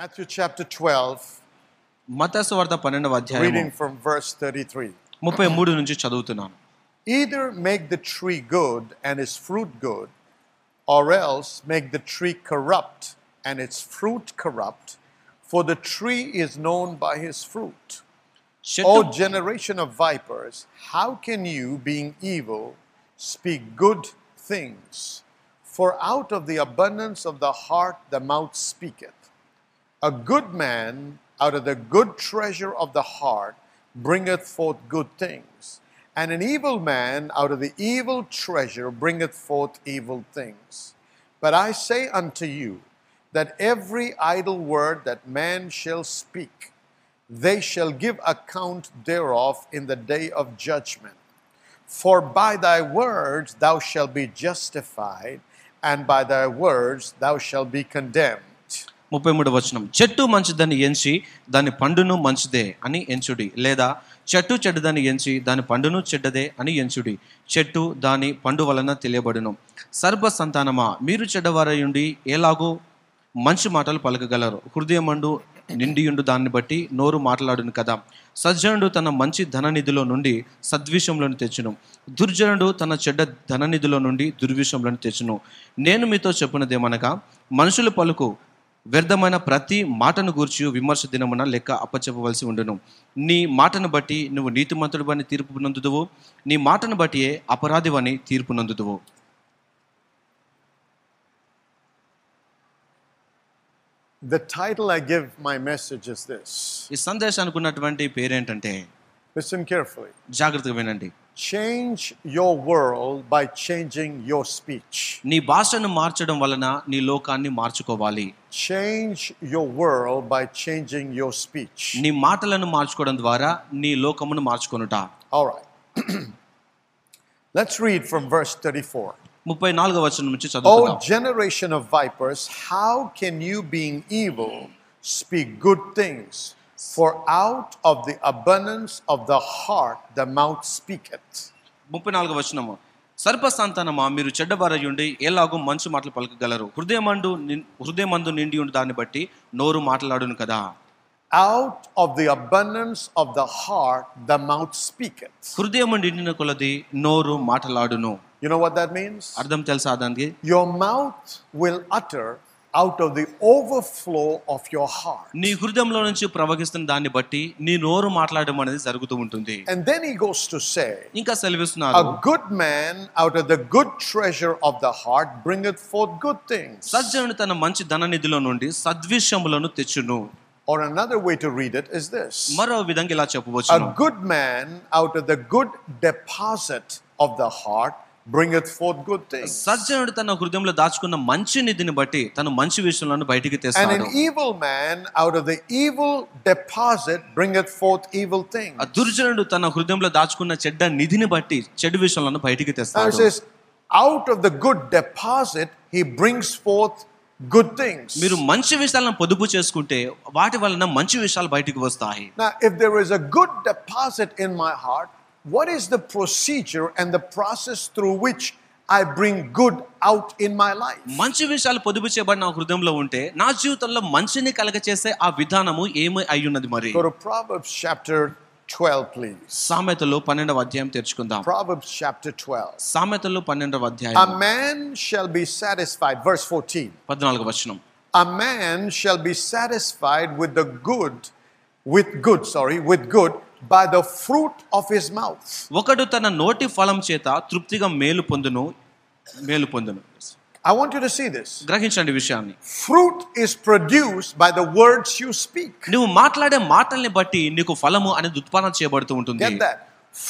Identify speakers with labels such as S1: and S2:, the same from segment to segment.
S1: Matthew chapter 12,
S2: మతసు వార్త పన్నెండవ అధ్యాయం
S1: reading from verse 33.
S2: ముప్పై మూడు నుంచి చదువుతున్నాను
S1: Either make the tree good and its fruit good, or else make the tree corrupt and its fruit corrupt, for the tree is known by his fruit.
S2: చెట్టు
S1: O generation of vipers, how can you, being evil, speak good things? For out of the abundance of the heart the mouth speaketh. A good man out of the good treasure of the heart bringeth forth good things, and an evil man out of the evil treasure bringeth forth evil things. But I say unto you that every idle word that man shall speak, they shall give account thereof in the day of judgment. For by thy words thou shalt be justified, and by thy words thou shalt be condemned.
S2: ముప్పై మూడు వచనం చెట్టు మంచిదని ఎంచి దాని పండును మంచిదే అని ఎంచుడి లేదా చెట్టు చెడ్డదని ఎంచి దాని పండును చెడ్డదే అని ఎంచుడి చెట్టు దాని పండు వలన తెలియబడును సర్వ సంతానమా మీరు చెడ్డవారయుండి ఎలాగో మంచి మాటలు పలకగలరు హృదయమండు నిండియుండు దాన్ని బట్టి నోరు మాట్లాడును కదా సజ్జనుడు తన మంచి ధననిధిలో నుండి సద్విషయంలోని తెచ్చును దుర్జనుడు తన చెడ్డ ధననిధిలో నుండి దుర్విషయంలోని తెచ్చును నేను మీతో చెప్పినదేమనగా మనుషులు పలుకు వ్యర్థమైన ప్రతి మాటను గూర్చి విమర్శ దినమున లెక్క అప్పచెప్పవలసి ఉండును నీ మాటను బట్టి నువ్వు నీతిమంతుడివని తీర్పు నందుదువు నీ మాటను బట్టియే అపరాధివని తీర్పు నందుదువు
S1: The title I give my message is this
S2: ఈ సందేశానికి ఉన్నటువంటి పేరేంటంటే
S1: listen carefully.
S2: జాగ్రత్తగా వినండి
S1: Change your world by changing your speech.
S2: నీ భాషను మార్చడం వలన నీ లోకాన్ని మార్చుకోవాలి
S1: Change your world by changing your speech.
S2: నీ మాటలను మార్చుకోవడం ద్వారా నీ లోకమును మార్చుకొనుట
S1: All right. Let's read from verse 34.
S2: ముప్పై నాలుగో వచనం నుంచి
S1: O
S2: చదువుకుందాం
S1: Oh, generation of vipers, how can you, being evil, speak good things? For out of the abundance of the heart the mouth speaketh.
S2: ముప్పై నాలుగు వచనము సర్ప సంతానమా మీరు చెడ్డవారయుండి ఎలాగో మంచి మాటలు పలకగలరు హృదయమందు నిన్- హృదయమందు నిండి ఉండి దాన్ని బట్టి నోరు మాట్లాడును కదా
S1: Out of the abundance of the heart the mouth speaketh.
S2: హృదయం నిండిన కొలది నోరు మాట్లాడును
S1: You know what that means?
S2: అర్థం తెలుసా దానికి
S1: Your mouth will utter out of the overflow of your heart.
S2: నీ హృదయంలో నుంచి ప్రవహిస్తున్న దాన్ని బట్టి నీ నోరు మాట్లాడడం అనేది జరుగుతూ ఉంటుంది
S1: And then he goes to say,
S2: ఇంకా సెలవిస్తున్నారు
S1: A good man out of the good treasure of the heart bringeth forth good things.
S2: సజ్జనుడు తన మంచి ధననిధిలో నుండి సద్విషయములను తెచ్చును
S1: Or another way to read it is this
S2: మరో విధంగా ఇలా చెప్పవచ్చు
S1: A good man out of the good deposit of the heart bringeth forth good things.
S2: సజ్జనుడు తన హృదయంలో దాచుకున్న మంచి నిధిని బట్టి తను మంచి విషయంలో బయటికి
S1: And
S2: తెస్తాడు
S1: an evil man out of the evil deposit bringeth forth evil things.
S2: ఆ దుర్జనుడు తన హృదయంలో దాచుకున్న చెడ్డ నిధిని బట్టి చెడు విషయాలను బయటికి
S1: Now it
S2: తెస్తాడు
S1: says, out of the good deposit, he brings forth good things.
S2: మీరు మంచి విషయాలను పొదుపు చేసుకుంటే వాటి వలన మంచి విషయాలు బయటికి వస్తాయి
S1: Now, if there is a good deposit in my heart, what is the procedure and the process through which I bring good out in my life?
S2: మంచి విషయాలు పొదుపు చేయబడిన నా హృదయంలో ఉంటే నా జీవితంలో మంచిని కలగచేసే ఆ విధానము ఏమి అయి ఉన్నది మరి
S1: Go to Proverbs chapter 12, please.
S2: సామెతలు పన్నెండవ అధ్యాయం తెరుచుకుందాం
S1: Proverbs chapter 12.
S2: సామెతలు పన్నెండవ
S1: A
S2: అధ్యాయం
S1: man shall be satisfied, verse 14.
S2: పద్నాలుగు వచనం
S1: A man shall be satisfied with the good, with good, sorry, with good by the fruit of his mouth.
S2: ఒకడు తన నోటి ఫలం చేత తృప్తిగా మేలు పొందును మేలు పొందును
S1: I want you to see this.
S2: గ్రహించండి విషయాన్ని
S1: Fruit is produced by the words you speak.
S2: నువ్వు మాట్లాడే మాటల్ని బట్టి నీకు ఫలము అనేది ఉత్పన్నం చేయబడుతూ ఉంటుంది
S1: Get that?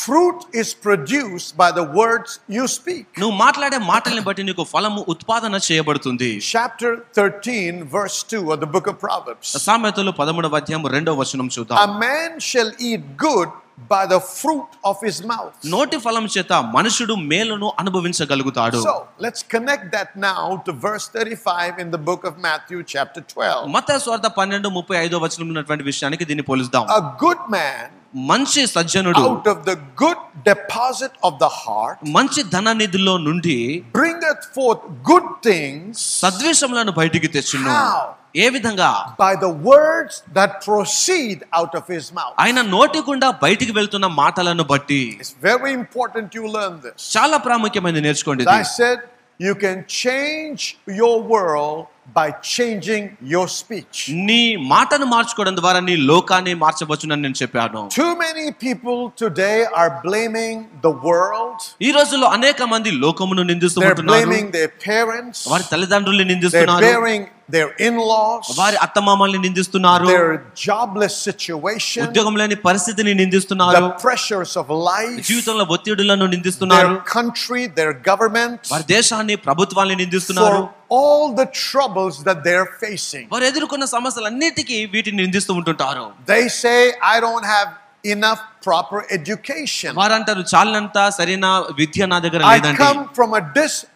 S1: Fruit is produced by the words you speak.
S2: నువ్వు మాట్లాడే మాటల్ని బట్టి నీకు ఫలము ఉత్పాదన చేయబడుతుంది
S1: Chapter 13, verse 2 of the book of Proverbs.
S2: సామెతలు పదమూడవ అధ్యాయం రెండవ వచనం చూద్దాం
S1: A man shall eat good by the fruit of his mouth.
S2: నోటి ఫలం చేత మనుషుడు మేలును అనుభవించగలుగుతాడు
S1: So let's connect that now to verse 35 in the book of Matthew, chapter 12.
S2: మత స్వార్థ పన్నెండు ముప్పై ఐదో వచనం ఉన్నటువంటి విషయానికి దీన్ని పోలుద్దాం
S1: A good man
S2: మంచి సజ్జనుడు
S1: out of the good deposit of the heart
S2: మంచి ధన నిధిలో నుండి
S1: bringeth forth good things.
S2: సద్వేషములను బయటికి తెచ్చును
S1: How?
S2: ఏ విధంగా
S1: by the words that proceed out of his mouth.
S2: ఆయన నోటి గుండా బయటికి వెళ్తున్న మాటలను బట్టి
S1: It's very important you learn this.
S2: చాలా ప్రాముఖ్యమైనది నేర్చుకోండి
S1: As I
S2: ఇది.
S1: said, you can change your world by changing your speech.
S2: నీ మాటను మార్చుకోవడం ద్వారా నీ లోకాన్ని మార్చవచ్చునని నేను చెప్పాను
S1: Too many people today are blaming the world.
S2: ఈ రోజుల్లో అనేక మంది లోకమును నిందిస్తూ
S1: They're
S2: ఉంటున్నారు
S1: blaming their parents.
S2: వారి తల్లిదండ్రుల్ని
S1: They're
S2: నిందిస్తున్నారు
S1: bearing their in-laws,
S2: వారి అత్తమామల్ని నిందిస్తున్నారు
S1: their jobless situation,
S2: ఉద్యోగం లేని పరిస్థితిని నిందిస్తున్నారు
S1: the pressures of life,
S2: జీవితంలో ఒత్తిడులను నిందిస్తున్నారు
S1: their country, their government,
S2: వారి దేశాన్ని ప్రభుత్వాన్ని నిందిస్తున్నారు
S1: for all the troubles that they're facing.
S2: వారు ఎదుర్కొన్న సమస్యలన్నిటికీ వీటిని నిందిస్తూ ఉంటుంటారు
S1: They say, I don't have enough proper education.
S2: వారంటారు చాలంత సరైన విద్య నా దగ్గర
S1: I
S2: లేదండి
S1: come from a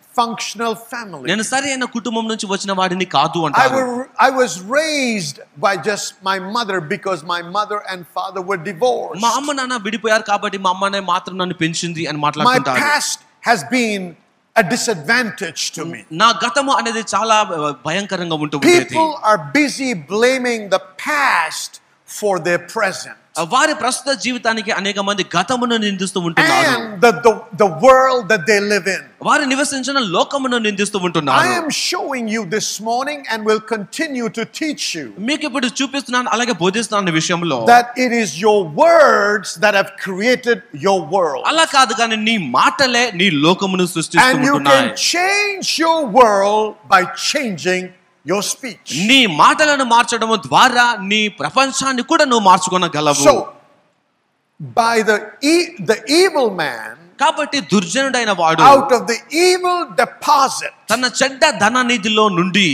S1: dysfunctional family.
S2: నేను సరైన కుటుంబం నుంచి వచ్చిన వాడిని కాదు
S1: I,
S2: అంటారు
S1: were, I was raised by just my mother because my mother and father were divorced.
S2: మా అమ్మ నాన్న విడిపోయారు కాబట్టి మా అమ్మనే మాత్రం నన్ను పెంచింది అని
S1: My
S2: మాట్లాడుతుంటారు
S1: past has been a disadvantage to me.
S2: నా గతము అనేది చాలా ఆ, భయంకరంగా ఉంటూ ఉండేది
S1: People are busy blaming the past for their present.
S2: ఆ, వారి ప్రస్తుత జీవితానికి అనేక మంది గతమును నిందిస్తూ ఉంటున్నారు
S1: And the, the, the world that they live in.
S2: వారు నివసించిన లోకమును నిందిస్తూ
S1: I
S2: ఉంటున్నారు
S1: am showing you this morning and will continue to teach you
S2: మీకు ఇప్పుడు చూపిస్తున్నాను అలాగే బోధిస్తున్నాను ఈ విషయంలో
S1: that it is your words that have created your world.
S2: అలా కాదు కానీ నీ మాటలే నీ లోకమును సృష్టిస్తూ
S1: And you
S2: ఉంటున్నాయి
S1: can change your world by changing your speech.
S2: నీ మాటలను మార్చడం ద్వారా నీ ప్రపంచాన్ని కూడా నువ్వు మార్చుకోనగలవు
S1: So, by the, e- the evil man,
S2: కాబట్టి దుర్జనుడైన వాడు
S1: out of the evil deposit,
S2: తన చెడ్డ ధన నిధిలో నుండి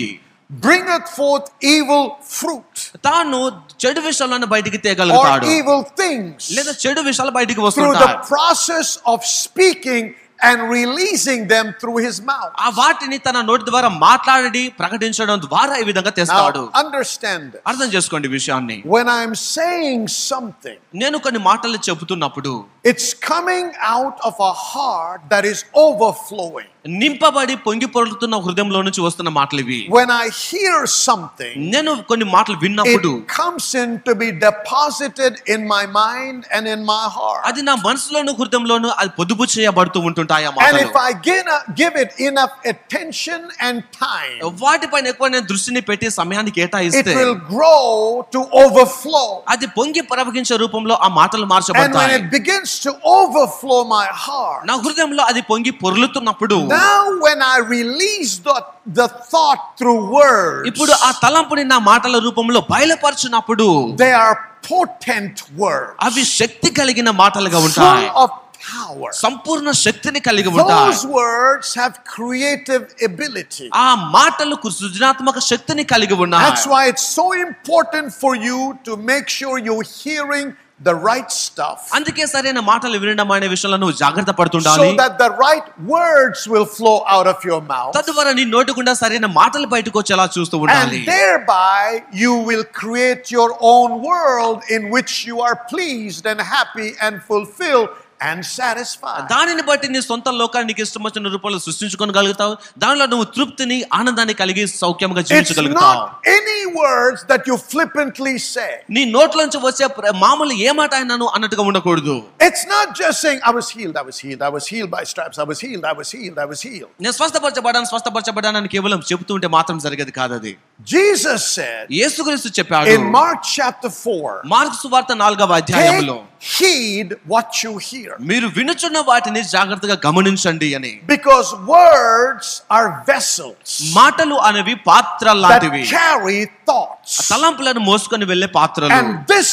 S1: bringeth forth evil fruit
S2: తాను చెడు విషయాలను బయటికి
S1: or
S2: తేగలుగుతాడు
S1: evil things
S2: లేదా చెడు విషయాలు బయటికి
S1: through the
S2: వస్తుంటారు
S1: process of speaking and releasing them through his mouth.
S2: ఆ వాటిని తన నోటి ద్వారా మాట్లాడి ప్రకటించడం ద్వారా ఈ విధంగా తెస్తాడు
S1: Now, uh, understand this.
S2: అర్థం చేసుకోండి ఈ విషయాన్ని
S1: When I'm saying something,
S2: నేను కొన్ని మాటలు చెబుతున్నప్పుడు
S1: it's coming out of a heart that is overflowing.
S2: నింపబడి పొంగి పొరులుతున్న హృదయంలో నుంచి వస్తున్న మాటలు ఇవి
S1: When I hear something,
S2: నేను కొన్ని మాటలు విన్నప్పుడు
S1: it comes in to be deposited in my mind and in my heart.
S2: అది నా మనసులోను హృదయంలోను అది పొదుపు చేయబడుతూ ఉంటుంటాయి ఆ
S1: And if
S2: మాటలు
S1: I give, give it enough attention and time,
S2: వాటిపైన ఎక్కువ నేను దృష్టిని పెట్టి సమయాన్ని
S1: it
S2: కేటాయిస్తే
S1: will grow to overflow.
S2: అది పొంగి ప్రవహించే రూపంలో ఆ మాటలు
S1: And
S2: మార్చబడతాయి
S1: when it begins to overflow my heart,
S2: నా హృదయంలో అది పొంగి పొరులుతున్నప్పుడు
S1: now when I release the, the thought through words,
S2: ఇప్పుడు ఆ తలంపుని నా మాటల రూపంలో బయలుపరచినప్పుడు
S1: they are potent words.
S2: అవి శక్తి కలిగిన మాటలుగా ఉంటాయి
S1: full of power.
S2: సంపూర్ణ శక్తిని కలిగి ఉంటాయి
S1: Those words have creative ability.
S2: ఆ మాటలకు సృజనాత్మక శక్తిని కలిగి
S1: That's
S2: ఉన్నాయి
S1: why it's so important for you to make sure you're hearing the right stuff
S2: అందుకే సరైన మాటలు వినడం అనే విషయంలో నువ్వు జాగ్రత్త పడుతుండాలి
S1: so that the right words will flow out of your mouth
S2: తద్వారా నీ నోటి గుండా సరైన మాటలు బయటకు వచ్చేలా చూస్తూ ఉండాలి
S1: and thereby you will create your own world in which you are pleased and happy and fulfilled and satisfied.
S2: దానిని బట్టి నీ సొంత లోకాన్ని నీకు ఇష్టం వచ్చిన రూపంలో సృష్టించుకోగలుగుతావు దానిలో నువ్వు తృప్తిని ఆనందాన్ని కలిగి సౌఖ్యంగా
S1: It's
S2: జీవించగలుగుతావు
S1: not any words that you flippantly say.
S2: నీ నోట్లోంచి వచ్చే ప్ర- మామూలు ఏ మాట అయినాను అన్నట్టుగా ఉండకూడదు
S1: It's not just saying, I was healed, I was healed, I was healed by stripes, I was healed, I was healed, I was healed.
S2: నేను స్వస్థపరచబడాను స్వస్థపరచబడాను అని కేవలం చెబుతూ ఉంటే మాత్రం జరిగేది కాదు అది
S1: Jesus said
S2: యేసుక్రీస్తు చెప్పాడు
S1: in Mark chapter 4,
S2: మార్క్స్ సువార్త నాలుగవ అధ్యాయంలో
S1: take heed what you hear.
S2: మీరు వినుచున్న వాటిని జాగ్రత్తగా గమనించండి అని
S1: Because words are vessels
S2: మాటలు అనేవి పాత్ర లాంటివి
S1: that carry thoughts.
S2: తలంపులను మోసుకొని వెళ్లే పాత్రలు
S1: And this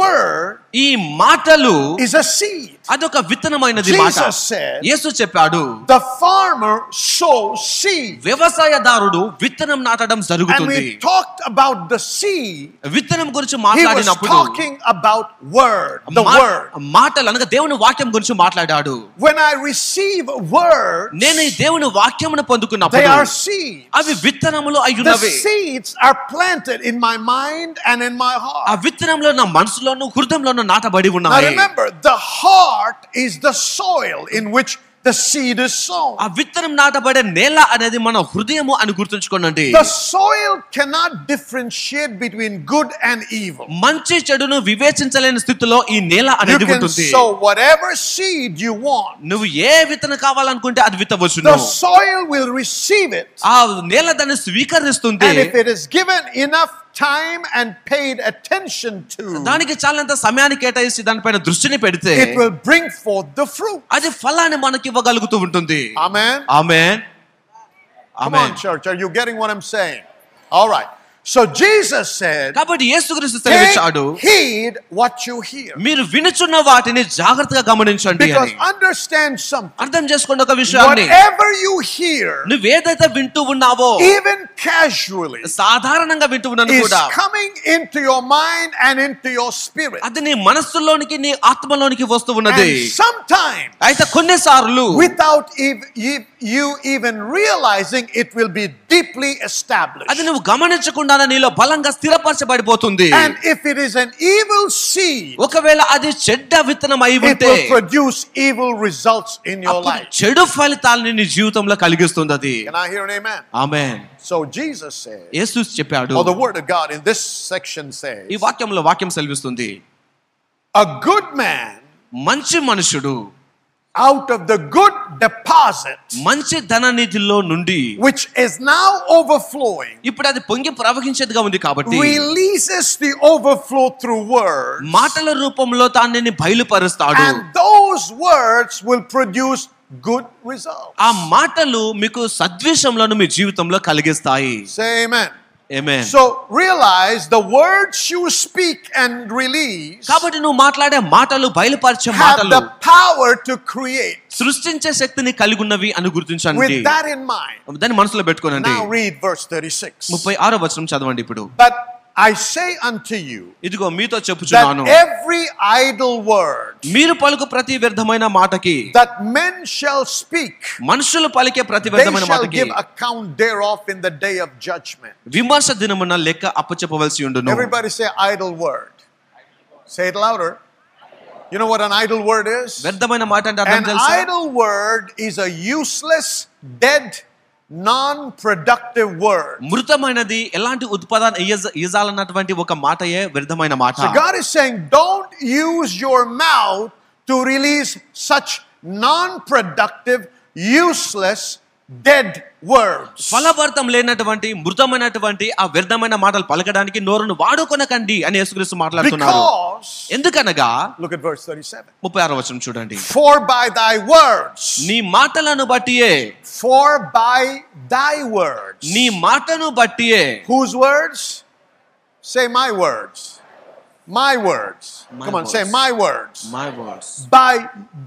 S1: word
S2: ఈ మాటలు
S1: is a seed.
S2: అదొక విత్తనమైనది మాట
S1: Jesus said,
S2: యేసు చెప్పాడు
S1: The farmer sows seed.
S2: వ్యవసాయదారుడు విత్తనం నాటడం
S1: And
S2: జరుగుతుంది
S1: we talked about the seed.
S2: విత్తనం గురించి
S1: He was
S2: మాట్లాడినప్పుడు
S1: talking about word, the
S2: మా-
S1: word.
S2: మాటలు అనగా దేవుని వాక్యం గురించి మాట్లాడాడు
S1: When I receive words,
S2: నేను ఈ దేవుని వాక్యమును
S1: they
S2: పొందుకున్నప్పుడు
S1: are seeds.
S2: అవి విత్తనములు
S1: The
S2: అయ్యున్నవి
S1: seeds are planted in my mind and in my
S2: ఆ
S1: heart.
S2: విత్తనంలో నా మనసులోను హృదయంలోను నాటబడి
S1: Now
S2: ఉన్నాయి
S1: remember, the heart is the soil in which The seed is sown.
S2: ఆ విత్తనం నాటబడే నేల అనేది మన హృదయము అని గుర్తుంచుకోనండి
S1: The soil cannot differentiate between good and evil.
S2: మంచి చెడును వివేచించలేని స్థితిలో ఈ నేల
S1: You
S2: అనేది
S1: can
S2: ఉంటుంది
S1: sow whatever seed you want.
S2: నువ్వు ఏ విత్తనం కావాలనుకుంటే అది విత్తవచ్చును
S1: The soil will receive it.
S2: ఆ నేల దాన్ని స్వీకరిస్తుంది
S1: And if it is given enough time and paid attention to,
S2: దానికి చాలంత సమయాన్ని కేటాయించి దానిపైన దృష్టిని పెడితే
S1: it will bring forth the fruit.
S2: అది ఫలాన్ని మనకి ఇవ్వగలుగుతూ ఉంటుంది
S1: Amen.
S2: ఆమె
S1: Come
S2: ఆమె
S1: on, church. Are you getting what I'm saying? All right. So Jesus said,
S2: కాబట్టి యేసుక్రీస్తు తెలివిచ్చాడు
S1: Take heed what you hear.
S2: మీరు వినుచున్న వాటిని జాగ్రత్తగా గమనించండి
S1: Because
S2: అని
S1: understand something.
S2: అర్థం చేసుకోండి ఒక విషయాన్ని
S1: Whatever you hear,
S2: నువ్వేదైతే వింటూ ఉన్నావో
S1: even casually,
S2: సాధారణంగా వింటూ ఉన్నాను
S1: is
S2: కూడా
S1: coming into your mind and into your spirit.
S2: అది నీ మనస్సులోనికి నీ ఆత్మలోనికి వస్తూ ఉన్నది
S1: And sometimes,
S2: అయితే కొన్నిసార్లు
S1: without ev- ev- you even realizing, it will be deeply established.
S2: అది నువ్వు గమనించకుండానే నీలో బలంగా స్థిరపరచబడిపోతుంది
S1: And if it is an evil seed,
S2: ఒకవేళ అది చెడ్డ విత్తనం అయి
S1: it
S2: ఉంటే
S1: will produce evil results in your
S2: అప్పుడు
S1: life.
S2: చెడు ఫలితాలని నీ జీవితంలో కలిగిస్తుంది అది
S1: Can I hear an amen?
S2: ఆమె
S1: So Jesus said,
S2: యేసు చెప్పాడు
S1: or the Word of God in this section says,
S2: ఈ వాక్యంలో వాక్యం సెలవిస్తుంది
S1: a good man
S2: మంచి మనుషుడు
S1: out of the good deposit,
S2: మంచి ధన నిధిలో నుండి
S1: which is now overflowing,
S2: ఇప్పుడు అది పొంగి ప్రవహించేదిగా ఉంది కాబట్టి
S1: releases the overflow through words,
S2: మాటల రూపంలో తాన్ని బయలుపరుస్తాడు
S1: and those words will produce good results.
S2: ఆ మాటలు మీకు సద్విషంలను మీ జీవితంలో కలిగిస్తాయి
S1: Say amen.
S2: ఏమే
S1: So realize the words you speak and release
S2: కాబట్టి నువ్వు మాట్లాడే మాటలు బయలుపరిచే
S1: have
S2: మాటలు
S1: the power to create.
S2: సృష్టించే శక్తిని కలిగి ఉన్నవి అని గుర్తించండి
S1: With that in mind,
S2: దాన్ని మనసులో పెట్టుకోనండి
S1: now read verse 36.
S2: ముప్పై ఆరో వచనం చదవండి ఇప్పుడు
S1: But I say unto you
S2: ఇదిగో మీతో
S1: that
S2: చెప్పుచున్నాను
S1: every idle word
S2: మీరు పలుకు ప్రతి వ్యర్థమైన మాటకి
S1: that men shall speak,
S2: మనుషులు పలికే ప్రతి
S1: they
S2: వ్యర్థమైన
S1: shall
S2: మాటకి
S1: give account thereof in the day of judgment.
S2: విమర్శ దినమున లెక్క అప్పచెప్పవలసి ఉండును
S1: Everybody say idle word. Say it louder. You know what an idle word is?
S2: వ్యర్థమైన మాట అంటే అర్థం
S1: An
S2: తెలుసా
S1: idle word is a useless, dead, non productive word.
S2: మృతమైనది ఎలాంటి ఉత్పాదాన్ని ఇయ్యాలన్నటువంటి ఒక మాటయే వ్యర్థమైన
S1: So
S2: మాట
S1: God is saying, don't use your mouth to release such non productive, useless, dead words.
S2: ఫలభర్తం లేనటువంటి మృతమైనటువంటి ఆ వ్యర్థమైన మాటలు పలకడానికి నోరును వాడుకొనకండి అని యేసుక్రీస్తు మాట్లాడుతున్నారు
S1: Because,
S2: ఎందుకనగా
S1: look at verse 37.
S2: ముప్పై ఆరో వచనం చూడండి
S1: For by thy words,
S2: నీ మాటలను బట్టియే
S1: for by thy words,
S2: నీ మాటను బట్టియే
S1: whose words? Say my words. My words.
S2: My
S1: Come on, say
S2: words.
S1: my words.
S2: My words
S1: By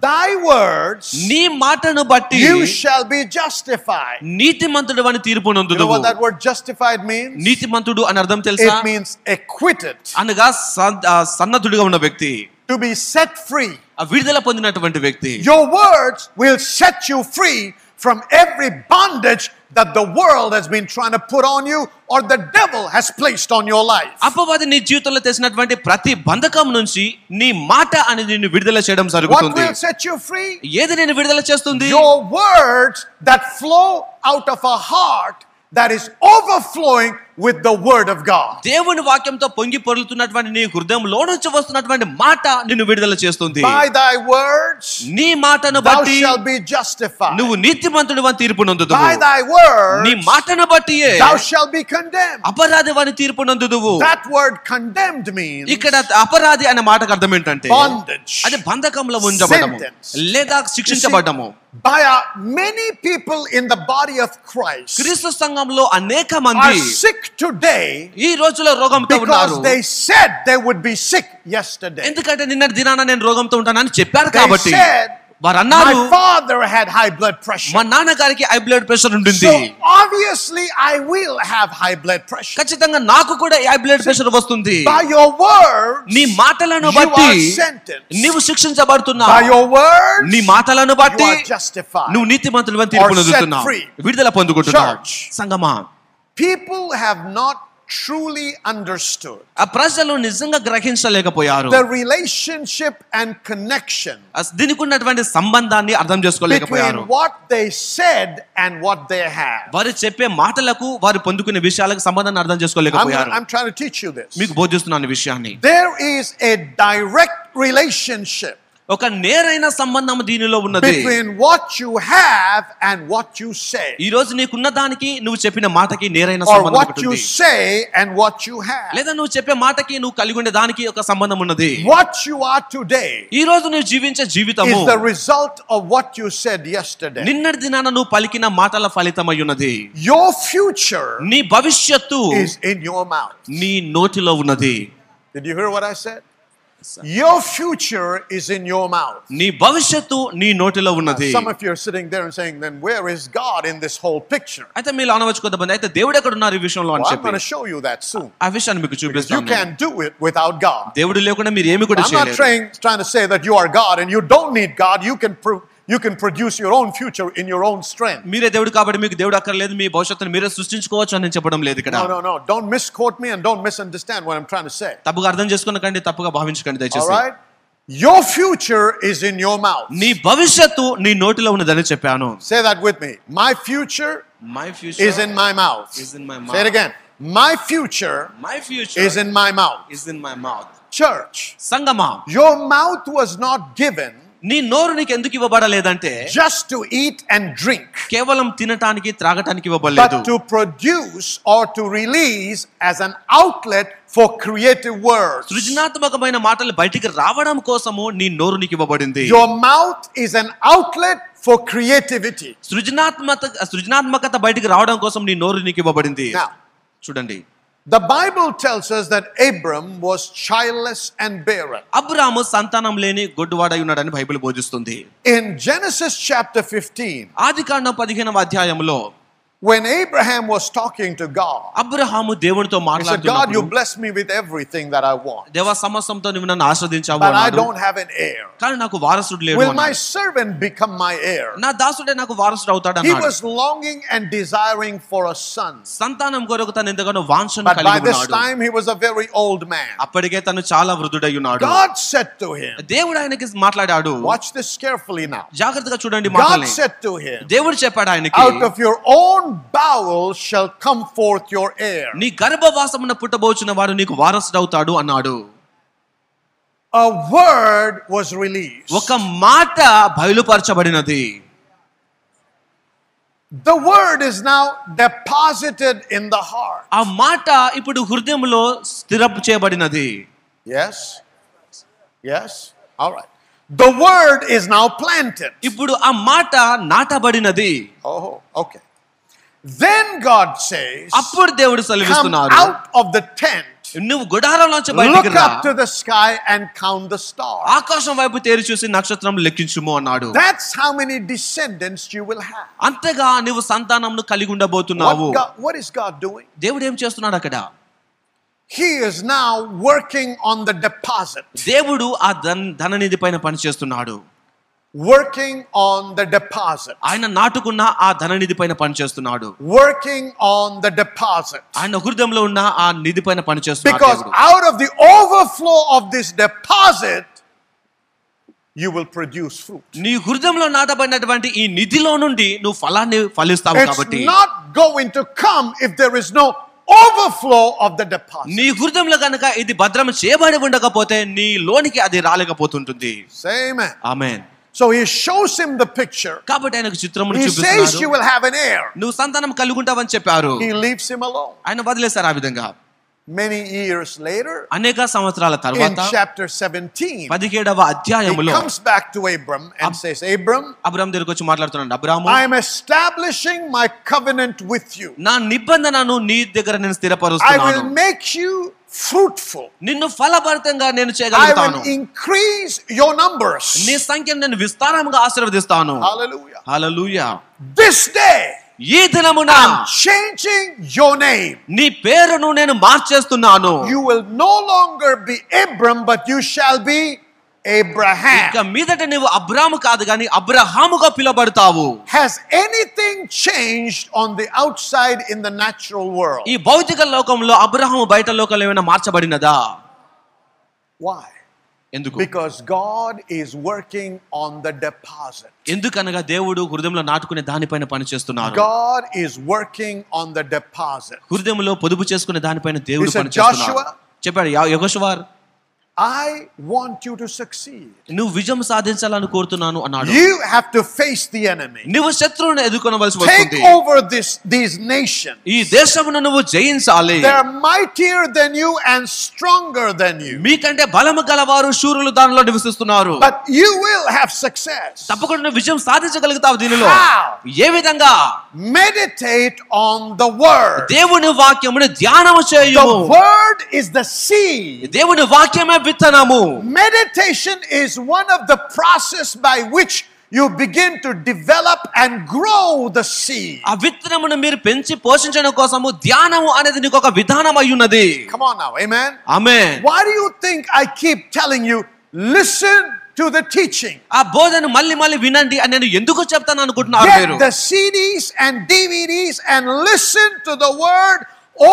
S1: thy words,
S2: నీ మాటను బట్టి
S1: you shall be justified.
S2: నీతిమంతుడు అని తీర్పు
S1: You know
S2: నందుదువు
S1: what that word justified means?
S2: నీతిమంతుడు అని అర్థం తెలుసా
S1: It means acquitted,
S2: అనగా సన్- ఆ, సన్నద్ధుడుగా ఉన్న వ్యక్తి
S1: to be set free.
S2: ఆ విడుదల పొందినటువంటి వ్యక్తి
S1: Your words will set you free from every bondage that the world has been trying to put on you or the devil has placed on your life.
S2: అపవాది నీ జీవితంలో తెసినటువంటి ప్రతి బంధకం నుంచి నీ మాట అనేది నిన్ను విడుదల చేయడం
S1: What
S2: జరుగుతుంది
S1: will set you free?
S2: ఏది నేను విడుదల చేస్తుంది
S1: Your words that flow out of a heart that is overflowing with the word of God.
S2: దేవుని వాక్యంతో పొంగి పొరులుతున్నటువంటి నీ హృదయంలో నుంచి వస్తున్నటువంటి మాట నిన్ను విడుదల చేస్తుంది
S1: By thy words,
S2: నీ మాటను
S1: thou
S2: బట్టి
S1: shall be justified.
S2: నువ్వు నీతిమంతుడు అని తీర్పు నందుదు
S1: By thy
S2: నీ
S1: words,
S2: మాటను బట్టి
S1: thou shall be condemned.
S2: అపరాధి వాని తీర్పు నందుదువు
S1: That word condemned means
S2: ఇక్కడ అపరాధి అనే మాటకు అర్థం ఏంటంటే
S1: bondage.
S2: అది బంధకంలో ఉంచబడము
S1: Sentence.
S2: లేదా
S1: You see,
S2: శిక్షించబడము
S1: by our many people in the body of Christ
S2: క్రీస్తు సంఘంలో అనేక
S1: are
S2: మంది
S1: sick today
S2: ఈ రోజులో రోగంతో ఉన్నారు
S1: Ah, because they said they would be sick yesterday.
S2: ఎందుకంటే నిన్న దినాన నేను రోగంతో ఉంటానని చెప్పారు
S1: They
S2: కాబట్టి
S1: said,
S2: వారు అన్నారు
S1: My father had high blood pressure.
S2: మా నాన్నగారికి హై బ్లడ్ ప్రెషర్ ఉంటుంది
S1: So obviously, I will have high blood pressure.
S2: ఖచ్చితంగా నాకు కూడా హై బ్లడ్ ప్రెషర్ వస్తుంది
S1: By your words,
S2: నీ మాటలను
S1: you
S2: బట్టి
S1: are sentenced.
S2: నీవు శిక్షించబడుతున్నావు
S1: By your words,
S2: నీ
S1: you
S2: మాటలను బట్టి
S1: are justified.
S2: నువ్వు నీతి మంత్రులు తీర్పు
S1: Or set
S2: పొందుతున్నావు
S1: free.
S2: విడుదల పొందుకుంటున్నావు
S1: Church.
S2: సంగమా
S1: People have not truly understood
S2: ఆ ప్రజలు నిజంగా గ్రహించలేకపోయారు
S1: the relationship and connection
S2: ఆ దీనికి ఉన్నటువంటి సంబంధాన్ని అర్థం చేసుకోలేకపోయారు
S1: between what they said and what they have.
S2: వారు చెప్పే మాటలకు వారు పొందుకునే విషయాలకు సంబంధాన్ని అర్థం
S1: I'm,
S2: చేసుకోలేకపోయారు
S1: I'm trying to teach you this.
S2: మీకు బోధిస్తున్నాను ఈ విషయాన్ని
S1: There is a direct relationship
S2: ఒక నేరైన సంబంధం దీనిలో ఉన్నది
S1: between what you have and what you
S2: ఈ
S1: say,
S2: రోజు నీకున్న దానికి నువ్వు చెప్పిన మాటకి నేరైన
S1: or
S2: సంబంధం
S1: what
S2: ఒకటి
S1: you
S2: ఉంది.
S1: say and what you have.
S2: లేదా నువ్వు చెప్పే మాటకి నువ్వు కలిగి ఉండే దానికి ఒక సంబంధం ఉన్నది
S1: What you are today
S2: ఈ రోజు నువ్వు జీవించే జీవితము
S1: is the result of what you said yesterday.
S2: నిన్నటి దినాన నువ్వు పలికిన మాటల ఫలితమై ఉన్నది
S1: Your future
S2: నీ భవిష్యత్తు
S1: is in your mouth.
S2: నీ నోటిలో ఉన్నది
S1: Did you hear what I said? Your future is in your mouth.
S2: నీ భవిష్యత్తు నీ నోటిలో ఉన్నది
S1: Uh, Some of you are sitting there and saying, then where is God in this whole picture?
S2: అయితే మీరు అనవచ్చు కొంతమంది అయితే దేవుడు ఎక్కడ ఉన్నారు ఈ విషయంలో అని
S1: Well, I'm going to
S2: చెప్పి
S1: show you that soon.
S2: ఆ విషయాన్ని మీకు
S1: You
S2: చూపిస్తాను నేను.
S1: can't do it without God.
S2: దేవుడు లేకుండా మీరు ఏమి కూడా
S1: I'm not
S2: చేయలేరు
S1: trying, trying to say that you are God and you don't need God. You can, pro- you can produce your own future in your own strength.
S2: మీరే దేవుడు కాబట్టి మీకు దేవుడు అక్కర్లేదు మీ భవిష్యత్తును మీరే సృష్టించుకోవచ్చు అని నేను చెప్పడం లేదు ఇక్కడ
S1: No, no, no. Don't misquote me and don't misunderstand what I'm trying to say.
S2: తప్పుగా అర్థం చేసుకునకండి తప్పుగా భావించకండి
S1: All
S2: దయచేసి
S1: right? Your future is in your mouth.
S2: నీ భవిష్యత్తు నీ నోటిలో ఉన్నదని చెప్పాను
S1: Say that with me. My future
S2: my
S1: is in
S2: future
S1: my mouth.
S2: Is in my mouth.
S1: Say it again. My future
S2: my future
S1: is in my mouth.
S2: Is in my mouth
S1: Church,
S2: Sangama
S1: your mouth was not given
S2: నీ నోరు నీకు ఎందుకు ఇవ్వబడలేదంటే
S1: just to eat and drink.
S2: కేవలం తినటానికి త్రాగటానికి ఇవ్వబడలేదు
S1: but to produce or to release as an outlet for creative words.
S2: సృజనాత్మకమైన మాటలు బయటికి రావడం కోసము నీ నోరు నీకు ఇవ్వబడింది
S1: Your mouth is an outlet for creativity.
S2: సృజనాత్మక సృజనాత్మకత బయటికి రావడం కోసం నీ నోరు నీకు ఇవ్వబడింది
S1: Now,
S2: చూడండి
S1: the Bible tells us that Abram was childless and barren.
S2: అబ్రాము సంతానం లేని గొడ్డువాడై ఉన్నాడని బైబిల్ బోధిస్తుంది
S1: In Genesis chapter 15,
S2: ఆది కాండం పదిహేనవ అధ్యాయంలో
S1: when Abraham was talking to God,
S2: Abraham దేవునితో
S1: he said, God, you
S2: మాట్లాడుతున్నాడు
S1: bless me with everything that I want,
S2: దేవ సమస్తంతో నువ్వు నన్ను ఆస్వాదించావు
S1: but I
S2: అన్నాడు.
S1: don't have an heir.
S2: కానీ నాకు వారసుడు లేడు
S1: Will my
S2: అన్నాడు.
S1: servant become my heir?
S2: నా దాసుడే నాకు వారసుడు అవుతాడు
S1: He
S2: అన్నాడు
S1: was longing and desiring for a son.
S2: సంతానం కొరకు తను ఎంతగానో వాంఛను
S1: But by
S2: కలిగి
S1: this
S2: ఉన్నాడు
S1: time, he was a very old man.
S2: అప్పటికే తను చాలా వృద్ధుడై ఉన్నాడు
S1: God said to him,
S2: దేవుడు ఆయనకి మాట్లాడాడు
S1: Watch this carefully now.
S2: జాగ్రత్తగా చూడండి
S1: God
S2: మాటల్ని
S1: said to him,
S2: దేవుడు చెప్పాడు ఆయనకి
S1: Out of your own bowels shall come forth your heir.
S2: నీ గర్భవాసమున పుట్టబోచిన వాడు నీకు వారసుడు అవుతాడు అన్నాడు
S1: A word was released.
S2: ఒక మాట బయలుపరచబడినది
S1: The word is now deposited in the heart.
S2: ఆ మాట ఇప్పుడు హృదయంలో స్థిరపు చేయబడినది
S1: Yes? Yes? All right. The word is now planted.
S2: ఇప్పుడు ఆ మాట నాటబడినది
S1: Oh, okay. Then God says,
S2: అప్పుడు దేవుడు
S1: Come
S2: సెలవిస్తున్నాడు
S1: out of the tent.
S2: నువ్వు గుడారంలోంచి బయటికి
S1: Look
S2: రా
S1: up to the sky and count the stars.
S2: ఆకాశం వైపు తేరి చూసి నక్షత్రం లెక్కించుము అన్నాడు
S1: That's how many descendants you will have.
S2: అంతగా నువ్వు సంతానంను కలిగి ఉండబోతున్నావు
S1: What, God, what is God doing?
S2: దేవుడు ఏం చేస్తున్నాడు అక్కడ
S1: He is now working on the deposit,
S2: దేవుడు ఆ ధన ధననిధి పైన పని చేస్తున్నాడు
S1: working on the deposit,
S2: ఆయన నాటుకున్న ఆ ధననిధి పైన పని చేస్తున్నాడు
S1: working on the deposit.
S2: ఆయన హృదయంలో ఉన్న ఆ నిధి పైన పని చేస్తున్నాడు
S1: Because
S2: Ah, దేవుడు.
S1: out of the overflow of this deposit, you will produce fruit.
S2: నీ హృదయంలో నాటబడినటువంటి ఈ నిధిలో నుండి నువ్వు ఫలాన్ని ఫలిస్తావు
S1: It's
S2: కాబట్టి
S1: not going to come if there is no overflow of the deposit.
S2: నీ హృదయంలో కనుక ఇది భద్రం చేయబడి ఉండకపోతే నీ లోనికి అది రాలేకపోతుంటుంది
S1: Say amen.
S2: ఆమె
S1: So he shows him the picture.
S2: కాబట్టి ఆయనకు చిత్రమును
S1: He says you
S2: చూపిస్తున్నాడు
S1: will have an heir.
S2: నువ్వు సంతానం కలిగి ఉంటావని చెప్పారు
S1: He leaves him alone.
S2: ఆయన వదిలేశారు ఆ విధంగా
S1: Many years later,
S2: అనేక సంవత్సరాల
S1: in
S2: తర్వాత
S1: chapter 17,
S2: పదిహేడవ
S1: he
S2: అధ్యాయములో
S1: comes back to Abram and says, Abram,
S2: Abram దగ్గరకు వచ్చి మాట్లాడుతున్నాడు అబ్రాము
S1: I am establishing my covenant with you.
S2: నా నిబంధనను నీ దగ్గర నేను
S1: I will
S2: స్థిరపరుస్తున్నాను
S1: make you fruitful.
S2: నిన్ను ఫలభరితంగా నేను
S1: I
S2: చేయగలుగుతాను
S1: will increase your numbers.
S2: నీ సంఖ్యను నేను విస్తారంగా ఆశీర్వదిస్తాను
S1: Hallelujah.
S2: హల్లెలూయా
S1: This day,
S2: ఈ దినమున
S1: I'm changing your name.
S2: నీ పేరును నేను మార్చేస్తున్నాను
S1: You will no longer be Abram, but you shall be Abraham.
S2: ఇక మీదట నీవు అబ్రాము కాదు కానీ అబ్రహాముగా పిలబడతావు
S1: Has anything changed on the outside in the natural world?
S2: ఈ భౌతిక లోకంలో అబ్రహాము బయట లోకంలో ఏమైనా మార్చబడినదా
S1: Why?
S2: ఎందుకు
S1: Because God is working on the deposit.
S2: ఎందుకనగా దేవుడు హృదయంలో నాటుకునే దానిపైన పని చేస్తున్నారు
S1: God is working on the deposit.
S2: హృదయంలో పొదుపు చేసుకునే దానిపైన దేవుడు
S1: He said,
S2: పని చేస్తున్నాడు
S1: "Joshua,
S2: చెప్పాడు యగోశవార్
S1: I want you to succeed.
S2: నువ్వు విజయం సాధించాలని కోరుతున్నాను అన్నాడు
S1: You have to face the enemy.
S2: నువ్వు శత్రువుని ఎదుర్కొనవలసి
S1: Take
S2: వస్తుంది
S1: over this these nations.
S2: ఈ దేశమును నువ్వు జయించాలి
S1: They're mightier than you and stronger than you.
S2: మీకంటే బలము గలవారు శూరులు దానిలో నివసిస్తున్నారు
S1: But you will have success.
S2: తప్పకుండా నువ్వు విజయం సాధించగలుగుతావు దీనిలో
S1: How?
S2: ఏ విధంగా
S1: Meditate on the word.
S2: దేవుని వాక్యమును ధ్యానం చేయు
S1: The word is the seed.
S2: దేవుని వాక్యమే విత్తనము
S1: Meditation is one of the process by which you begin to develop and grow the seed.
S2: ఆ విత్తనమును మీరు పెంచి పోషించడం కోసము ధ్యానము అనేది నీకు ఒక విధానం అయ్యున్నది
S1: Come on now, amen.
S2: ఆమె
S1: Why do you think I keep telling you listen to the teaching?
S2: ఆ బోధను మళ్ళీ మళ్ళీ వినండి అని నేను ఎందుకు చెప్తాను అనుకుంటున్నారు
S1: Get
S2: మీరు
S1: the CDs and DVDs and listen to the word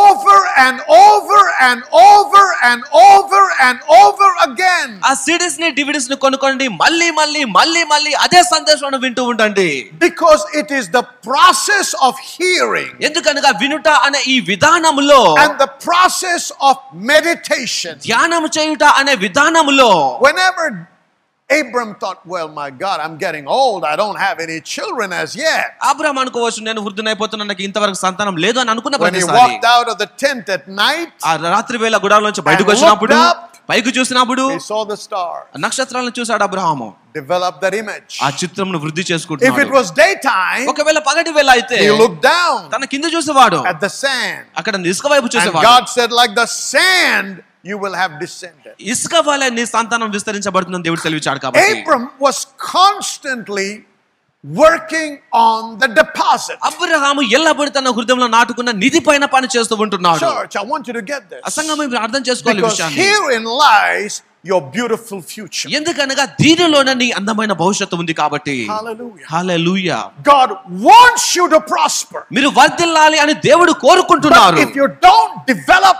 S1: over and over and over and over and over again.
S2: ఆ సిడీస్ ని డివిడీస్ ని కొనుక్కోండి మళ్ళీ మళ్ళీ మళ్ళీ మళ్ళీ అదే సందేశాన్ని వింటూ ఉండండి
S1: Because it is the process of hearing
S2: ఎందుకనగా వినుట అనే ఈ విధానములో
S1: and the process of meditation.
S2: ధ్యానం చేయుట అనే విధానములో
S1: Whenever Abram thought, well, my God, I'm getting old. I don't have any children as yet.
S2: Abraham అనుకోవచ్చు నేను వృద్ధునైపోతున్నాను నాకు ఇంతవరకు సంతానం లేదు అని అనుకున్న
S1: When he
S2: ప్రతిసారి
S1: walked out of the tent at night,
S2: ఆ రాత్రి వేళ గుడాల నుంచి బయటకు
S1: And
S2: వచ్చినప్పుడు
S1: looked up.
S2: పైకి చూసినప్పుడు
S1: he saw the star,
S2: నక్షత్రాలను చూశాడు అబ్రహాము
S1: developed that image.
S2: ఆ చిత్రమును వృద్ధి
S1: If it
S2: చేసుకుంటున్నాడు
S1: was daytime,
S2: ఒకవేళ పగటి వేళ అయితే
S1: he looked down
S2: తన కింద చూసేవాడు
S1: at the sand.
S2: అక్కడ ఇసుక వైపు
S1: And
S2: చూసేవాడు
S1: God said, like the sand, you will have descended.
S2: ఇసుక వలె నీ సంతానం విస్తరించబడుతుందని దేవుడు తెలివిచాడు కాబట్టి
S1: Abram was constantly working on the deposit.
S2: Abraham ఎల్లబడి తన హృదయంలో నాటుకున్న నిధి పైన పని చేస్తూ ఉంటున్నాడు
S1: Church, I want you to get this.
S2: అసంగా మీరు అర్థం చేసుకోవాలి ఈ
S1: Because
S2: విషయాన్ని
S1: herein lies your beautiful future.
S2: ఎందుకనగా దీనిలోనే నీ అందమైన భవిష్యత్తు ఉంది కాబట్టి
S1: Hallelujah.
S2: Hallelujah
S1: God wants you to prosper.
S2: మీరు వర్ధిల్లాలి అని దేవుడు
S1: But
S2: కోరుకుంటున్నారు
S1: if you don't develop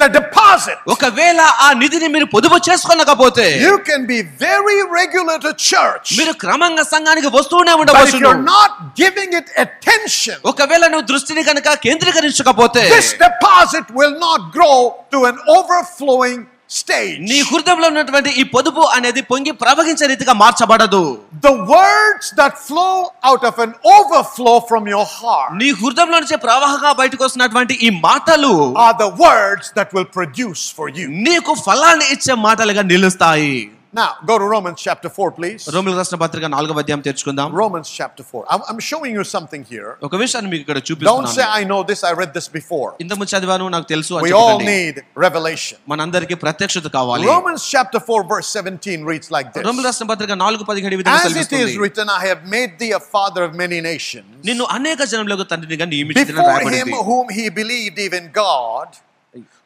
S1: the deposit,
S2: ఒకవేళ ఆ నిధిని మీరు పొదుపు చేసుకోనకపోతే
S1: you can be very regular to church.
S2: మీరు క్రమంగా సంఘానికి వస్తూనే
S1: But if
S2: ఉండవచ్చు
S1: you're not giving it attention,
S2: ఒకవేళ నువ్వు దృష్టిని కనుక కేంద్రీకరించకపోతే
S1: this deposit will not grow to an overflowing stage.
S2: నీ హృదయంలో ఉన్నటువంటి ఈ పొదుపు అనేది పొంగి ప్రవహించే రీతిగా మార్చబడదు
S1: The words that flow out of an overflow from your heart
S2: నీ హృదయంలో నుంచి ప్రవాహంగా బయటకు వస్తున్నటువంటి ఈ మాటలు
S1: are the words that will produce for you.
S2: నీకు ఫలాన్ని ఇచ్చే మాటలుగా నిలుస్తాయి
S1: Now, go to Romans chapter 4, please.
S2: రోమిల రాష్ట్ర పత్రిక నాలుగవ అధ్యాయం తెరుచుకుందాం
S1: Romans chapter 4. I'm, I'm showing you something here.
S2: ఒక విషయాన్ని మీకు ఇక్కడ
S1: Don't say,
S2: చూపిస్తున్నాను
S1: I know this, I read this before.
S2: ఇంత ముందు చదివాను నాకు తెలుసు అని
S1: We all
S2: చెప్పకండి.
S1: need revelation.
S2: మనందరికీ ప్రత్యక్షత కావాలి
S1: Romans chapter 4, verse 17 reads like
S2: రోమిల
S1: this
S2: రాష్ట్ర పత్రిక నాలుగు పదిహేడు ఈ విధంగా
S1: As it
S2: సెలవిస్తుంది.
S1: is written, I have made thee a father of many nations.
S2: నిన్ను అనేక జనములకు తండ్రినిగా నియమించిన
S1: before him
S2: రాయబడింది
S1: whom he believed even god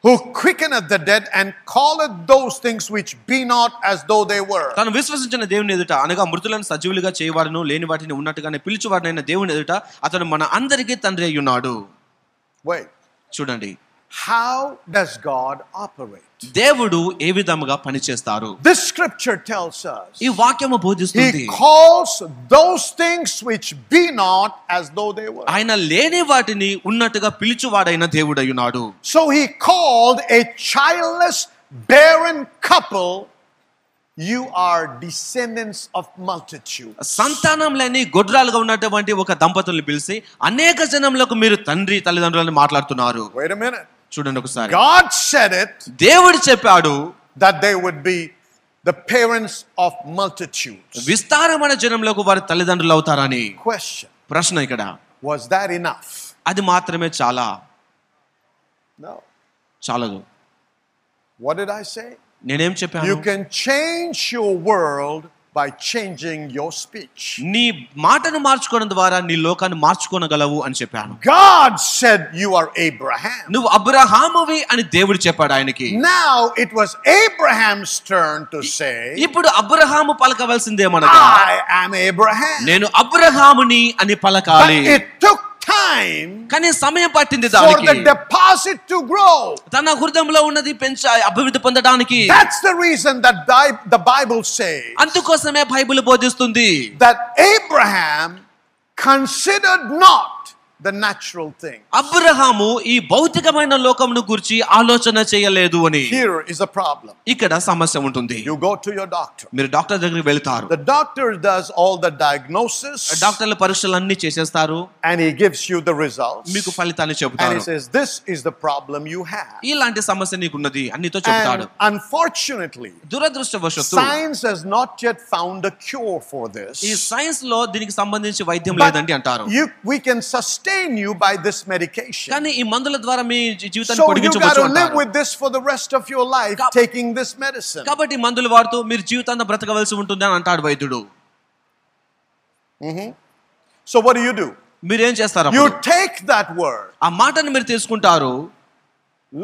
S1: who quickeneth the dead and calleth those things which be not as though they were
S2: తాను విశ్వసించిన దేవుని ఎదుట అనగా మృతులను సజీవులుగా చేయవారును లేని వాటిని ఉన్నట్టుగానే పిలిచివారినైన దేవుని ఎదుట అతను మన అందరికీ తండ్రి అయి ఉన్నాడు
S1: wait
S2: చూడండి
S1: how does god operate
S2: దేవుడు ఏ విధముగా పనిచేస్తారు
S1: this scripture tells us
S2: ఈ వాక్యము బోధిస్తుంది
S1: he calls those things which be not as though they were
S2: ఆయన లేని వాటిని ఉన్నట్టుగా పిలిచివాడైన దేవుడయ్యున్నాడు
S1: so he called a childless barren couple you are descendants of multitude
S2: సంతానం లేని గొడ్రాలుగా ఉన్నటువంటి ఒక దంపతుల్ని పిలిచి అనేక జనములకు మీరు తండ్రి తల్లిదండ్రులని మాట్లాడుతున్నారు
S1: wait a minute
S2: చూడండి ఒకసారి
S1: god said it
S2: దేవుడు చెప్పాడు
S1: that they would be the parents of multitudes.
S2: విస్తారమైన జనంలోకి వారి తల్లిదండ్రులు అవుతారని
S1: Question
S2: ప్రశ్న ఇక్కడ
S1: Was that enough?
S2: అది మాత్రమే చాలా
S1: No.
S2: చాలదు
S1: What did I say?
S2: నేనేం
S1: You
S2: చెప్పాను
S1: can change your world by changing your speech.
S2: నీ మాటను మార్చుకోవడం ద్వారా నీ లోకాన్ని మార్చుకోనగలవు అని చెప్పాను
S1: God said, You are Abraham.
S2: నువ్వు అబ్రహామువి అని దేవుడు చెప్పాడు ఆయనకి
S1: Hmm. Now it was Abraham's turn to say,
S2: ఇప్పుడు అబ్రహాము పలకవలసిందేమనగా
S1: I am Abraham.
S2: నేను అబ్రహాముని అని
S1: But
S2: పలకాలి
S1: it took time
S2: కానీ సమయం పట్టింది
S1: for
S2: దానికి
S1: the deposit to grow.
S2: తన హృదయంలో ఉన్నది పెంచ అభివృద్ధి పొందడానికి
S1: That's the reason that Bi- the Bible says
S2: అందుకోసమే బైబిల్ బోధిస్తుంది
S1: that Abraham considered not the natural thing.
S2: Abraham ఈ భౌతికమైన లోకమును గురించి ఆలోచన చేయలేదు అని
S1: Here is a problem.
S2: ఇక్కడ సమస్య ఉంటుంది
S1: You go to your doctor.
S2: మీరు డాక్టర్ దగ్గరికి వెళ్తారు
S1: The doctor does all the diagnosis
S2: డాక్టర్ల పరీక్షలన్నీ చేసేస్తారు
S1: and he gives you the results.
S2: మీకు ఫలితాన్ని
S1: And he
S2: చెబుతారు
S1: says, This is the problem you have.
S2: ఇలాంటి సమస్య నీకున్నది అని నీతో చెబుతాడు
S1: And unfortunately,
S2: దురదృష్టవశత్తు
S1: science has not yet found a cure for
S2: ఈ
S1: this.
S2: సైన్స్ లో దీనికి సంబంధించి వైద్యం
S1: But
S2: లేదండి అంటారు
S1: you, we can sustain you by this medication.
S2: కానీ ఈ మందుల ద్వారా మీ జీ- జీవితాన్ని
S1: So you got
S2: పొడిగించవచ్చు
S1: to live
S2: అంటారు.
S1: with this for the rest of your life,
S2: Kab-
S1: taking this medicine.
S2: కాబట్టి ఈ మందులు వాడుతూ మీరు జీవితాన్ని బ్రతకవలసి ఉంటుంది అని అంటాడు వైద్యుడు
S1: So what do you do?
S2: మీరేం చేస్తారు
S1: You
S2: అప్పుడు?
S1: take that word.
S2: ఆ మాటను మీరు తీసుకుంటారు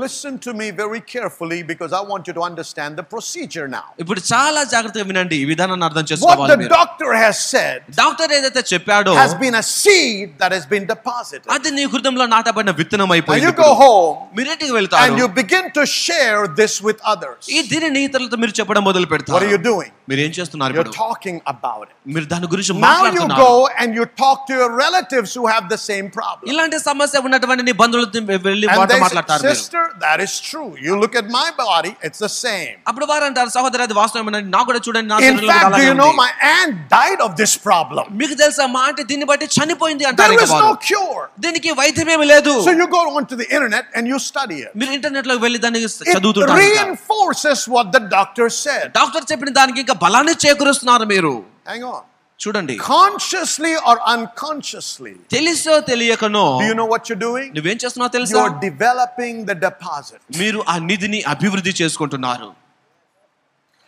S1: Listen to me very carefully because I want you to understand the procedure now.
S2: ఇప్పుడు చాలా జాగ్రత్తగా వినండి ఈ విధానాన్ని అర్థం చేసుకోవాలి
S1: What the
S2: మీరు.
S1: doctor has said
S2: డాక్టర్ ఏదైతే చెప్పాడో
S1: has been a seed that has been deposited.
S2: అది నీ హృదయంలో నాటబడిన విత్తనం
S1: And
S2: అయిపోయింది
S1: you
S2: ఇప్పుడు.
S1: go home
S2: మీరు ఇంటికి
S1: and
S2: వెళ్తారు
S1: you begin to share this with others.
S2: ఈ దీనిని ఇతరులతో మీరు చెప్పడం మొదలు
S1: What are you
S2: పెడతారు
S1: doing?
S2: మీరు ఏం చేస్తున్నారు
S1: You're
S2: ఇప్పుడు
S1: talking about it.
S2: మీరు దాని గురించి
S1: Now you
S2: మాట్లాడుతున్నారు
S1: go and you talk to your relatives who have the same problem.
S2: ఇలాంటి సమస్య ఉన్నటువంటి నీ బంధువులతో వెళ్ళి
S1: And
S2: వారితో
S1: they say,
S2: మాట్లాడతారు మీరు.
S1: Sister, that is true. You look at my body, it's the same.
S2: అప్పుడు వారు అంటారు సహోదరి అది వాస్తవమేనండి నా కూడా చూడండి నా
S1: In
S2: శరీరంలో కూడా
S1: fact, do
S2: అలాగే
S1: you know
S2: ఉంది."
S1: my aunt died of this problem?
S2: మీకు తెలుసా మా అంటే దీన్ని బట్టి చనిపోయింది అంటారు
S1: There
S2: ఇక
S1: is
S2: వారు.
S1: no cure.
S2: దీనికి వైద్యం ఏమి లేదు
S1: So you go onto the internet and you study it.
S2: మీరు ఇంటర్నెట్ లో వెళ్ళి దాన్ని
S1: It
S2: చదువుతుంటారు ఇంకా.
S1: reinforces what the doctor said.
S2: Doctor చెప్పిన దానికి ఇంకా బలాన్ని చేకూరుస్తున్నారు మీరు
S1: Hang on.
S2: చూడండి
S1: Consciously or unconsciously,
S2: తెలుసో తెలియకనో
S1: do you know what you're doing?
S2: నువ్వేం చేస్తున్నావు తెలుసా
S1: You're developing the deposit.
S2: మీరు ఆ నిధిని అభివృద్ధి చేసుకుంటున్నారు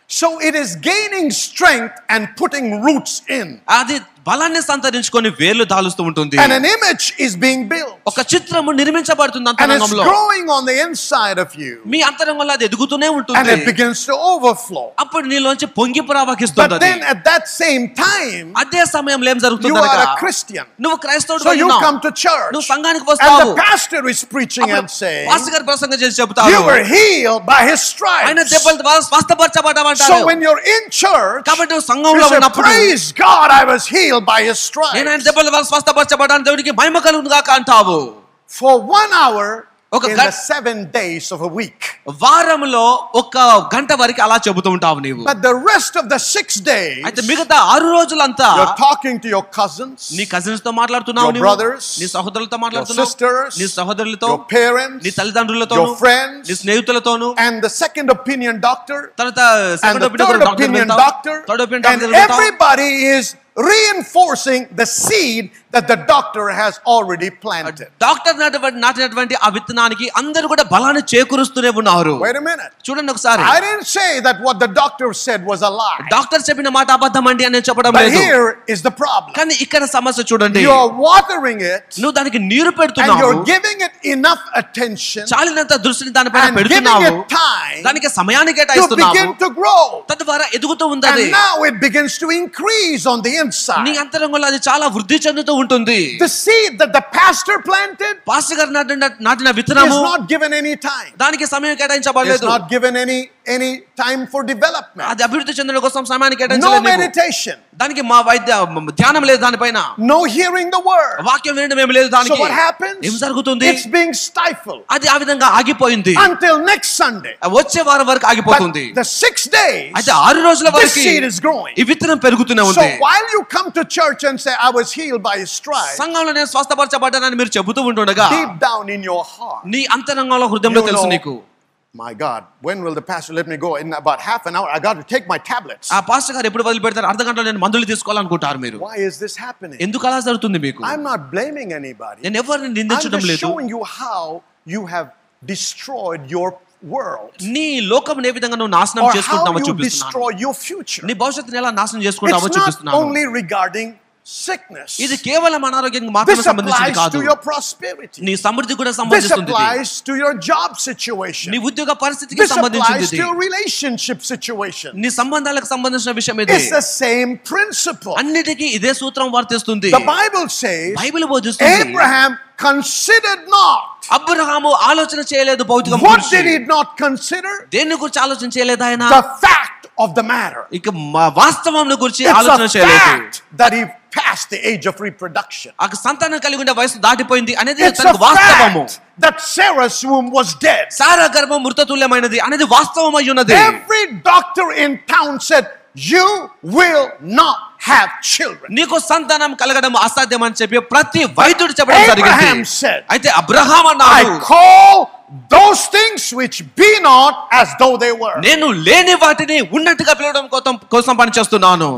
S1: So it is gaining strength and putting roots in.
S2: అది బలాన్ని సంతరించుకొని వేర్లు దాలుస్తూ ఉంటుంది
S1: And an image is being built.
S2: ఒక చిత్రము నిర్మించబడుతుంది
S1: And it's
S2: అంతరంగంలో
S1: growing on the inside of you.
S2: మీ అంతరంగంలో అది ఎదుగుతూనే
S1: And it
S2: ఉంటుంది
S1: begins to overflow.
S2: అప్పుడు నీలోంచి పొంగి ప్రవహిస్తుంది
S1: But
S2: అది.
S1: then at that same time,
S2: అదే సమయంలో ఏం
S1: you
S2: జరుగుతుంది
S1: are a Christian.
S2: నువ్వు క్రైస్తవుడు
S1: So you come to church.
S2: నువ్వు సంఘానికి
S1: And
S2: వస్తావు
S1: the pastor is preaching and saying,
S2: pastor గారు ప్రసంగం చేసి
S1: You
S2: చెబుతారు
S1: were healed by his
S2: ఆయన
S1: stripes.
S2: దెబ్బల ద్వారా స్వస్థపరచబడమంటారు
S1: So when you're in church,
S2: కాబట్టి నువ్వు
S1: you
S2: సంఘంలో
S1: say,
S2: ఉన్నప్పుడు
S1: Praise God, I was healed by his
S2: నేను ఆయన
S1: stripes.
S2: దెబ్బల ద్వారా స్వస్థపరచబడాను దేవునికి మహిమ కలుగునుగా అంటావు
S1: For one hour
S2: Oka
S1: in
S2: gat-
S1: the seven days of a week.
S2: వారంలో ఒక గంట వరకు అలా చెబుతూ ఉంటావు నీవు
S1: But the rest of the six days,
S2: అయితే మిగతా ఆరు రోజులంతా
S1: you're talking to your cousins,
S2: నీ కజిన్స్ తో మాట్లాడుతున్నావు
S1: Your
S2: నీవు.
S1: brothers,
S2: నీ సహోదరులతో
S1: sisters,
S2: మాట్లాడుతున్నావు నీ సహోదరులతో
S1: your
S2: నీ
S1: parents,
S2: తల్లిదండ్రులతో
S1: your friends,
S2: నీ స్నేహితులతోను
S1: and the second opinion doctor,
S2: తర్వాత
S1: and
S2: second
S1: the
S2: opinion
S1: third
S2: కూడా doctor
S1: opinion
S2: వెళ్తావు.
S1: doctor,
S2: Third opinion
S1: and
S2: doctor వెళ్తావు.
S1: everybody is reinforcing the seed that the doctor has already planted.
S2: Doctor నాటినటువంటి నాటినటువంటి ఆ విత్తనానికి అందరూ కూడా బలాన్ని చేకూరుస్తూనే ఉన్నారు
S1: Wait a minute.
S2: చూడండి ఒకసారి
S1: I didn't say that what the doctor said was a lie.
S2: Doctor చెప్పిన మాట అబద్ధం అండి అని చెప్పడం
S1: But
S2: లేదు
S1: here is the problem.
S2: కానీ ఇక్కడ సమస్య చూడండి
S1: You are watering it
S2: నువ్వు దానికి నీరు
S1: and
S2: పెడుతున్నావు
S1: you're giving it enough attention
S2: చాలినంత దృష్టిని దానిపైన
S1: and giving
S2: పెడుతున్నావు
S1: it time
S2: దానికి సమయాన్ని
S1: to
S2: కేటాయిస్తున్నావు
S1: begin to grow.
S2: తద్వారా ఎదుగుతూ ఉంది అది
S1: And now it begins to increase on the
S2: నీ
S1: inside.
S2: అంతరంగంలో అది చాలా వృద్ధి చెందుతూ ఉంటుంది
S1: The seed that the pastor planted
S2: pastor గారు నాటిన నాటిన
S1: is
S2: విత్తనము
S1: not given any time.
S2: దానికి సమయం
S1: It's
S2: కేటాయించబడలేదు
S1: not given any any time for development.
S2: అది అభివృద్ధి చెందడం కోసం సమయాన్ని
S1: No
S2: కేటాయించలేదు నీవు.
S1: meditation.
S2: దానికి మా వైద్య ధ్యానం లేదు దానిపైన
S1: No hearing the word.
S2: వాక్యం వినడం ఏమి లేదు
S1: So
S2: దానికి
S1: what happens?
S2: ఏం జరుగుతుంది
S1: It's being stifled
S2: అది ఆ విధంగా ఆగిపోయింది
S1: until next Sunday.
S2: వచ్చే వారం వరకు
S1: But
S2: ఆగిపోతుంది
S1: the six days,
S2: అయితే ఆరు రోజుల
S1: this
S2: వరకు
S1: seed is growing.
S2: ఈ విత్తనం పెరుగుతూనే
S1: So
S2: ఉంది
S1: while you come to church and say, I was healed by his stripes,
S2: సంఘంలో నేను స్వస్థపరచబడ్డానని మీరు చెబుతూ ఉంటుండగా
S1: deep down in your heart,
S2: నీ అంతరంగంలో హృదయంలో
S1: You
S2: తెలుసు
S1: know-
S2: నీకు
S1: my God, when will the pastor let me go? In about half an hour, I got to take my tablets.
S2: ఆ పాస్టర్ గారు ఎప్పుడు వదిలి పెడతారు అర్ధ గంటలో నేను మందులు తీసుకోవాలనుకుంటారు మీరు
S1: Why is this happening?
S2: ఎందుకు అలా జరుగుతుంది మీకు
S1: I'm not blaming anybody.
S2: నేను ఎవరిని
S1: I'm
S2: నిందించడం
S1: just
S2: లేదు
S1: showing you how you have destroyed your world
S2: నీ లోకం ఏ విధంగా నువ్వు నాశనం
S1: or how
S2: చేసుకుంటున్నావో
S1: you
S2: చూపిస్తున్నాను
S1: destroy your future.
S2: నీ భవిష్యత్తుని ఎలా నాశనం చేసుకుంటావో
S1: It's not
S2: చూపిస్తున్నాను
S1: only regarding sickness.
S2: ఇది కేవలం అనారోగ్యానికి మాత్రమే
S1: This
S2: సంబంధించింది
S1: applies
S2: కాదు
S1: to your prosperity.
S2: నీ సమృద్ధి కూడా
S1: This
S2: సంబంధిస్తుంది ఇది.
S1: applies to your job
S2: నీ
S1: situation.
S2: ఉద్యోగ పరిస్థితికి
S1: This
S2: సంబంధించింది
S1: applies to
S2: ఇది.
S1: your relationship situation.
S2: నీ సంబంధాలకు సంబంధించిన విషయం ఇది
S1: It's the same principle.
S2: అన్నిటికీ ఇదే సూత్రం వర్తిస్తుంది
S1: The Bible says
S2: బైబిల్ బోధిస్తుంది
S1: Abraham considered not.
S2: అబ్రహాము ఆలోచన చేయలేదు భౌతిక
S1: What
S2: గురించి.
S1: did he not consider?
S2: దేని గురించి ఆలోచన చేయలేదు ఆయన
S1: The fact of the matter.
S2: ఇక మా- వాస్తవం గురించి ఆలోచన
S1: It's a
S2: చేయలేదు
S1: fact that he passed the age of reproduction.
S2: ఆ సంతానం కలిగి ఉండే వయసు దాటిపోయింది అనేది
S1: It's a
S2: తనకు వాస్తవము
S1: fact that Sarah's womb was dead.
S2: సారా గర్భం మృతతుల్యమైనది అనేది వాస్తవం అయి ఉన్నది
S1: Every doctor in town said, You will not have children.
S2: నీకు సంతానం కలగడం అసాధ్యం అని చెప్పి ప్రతి వైద్యుడు చెప్పడం
S1: Abraham
S2: జరిగింది
S1: said,
S2: అయితే అబ్రహాం అన్నాడు
S1: I call those things which be not as though they were.
S2: నేను లేని వాటిని ఉన్నట్టుగా పిలవడం కోసం కోసం పనిచేస్తున్నాను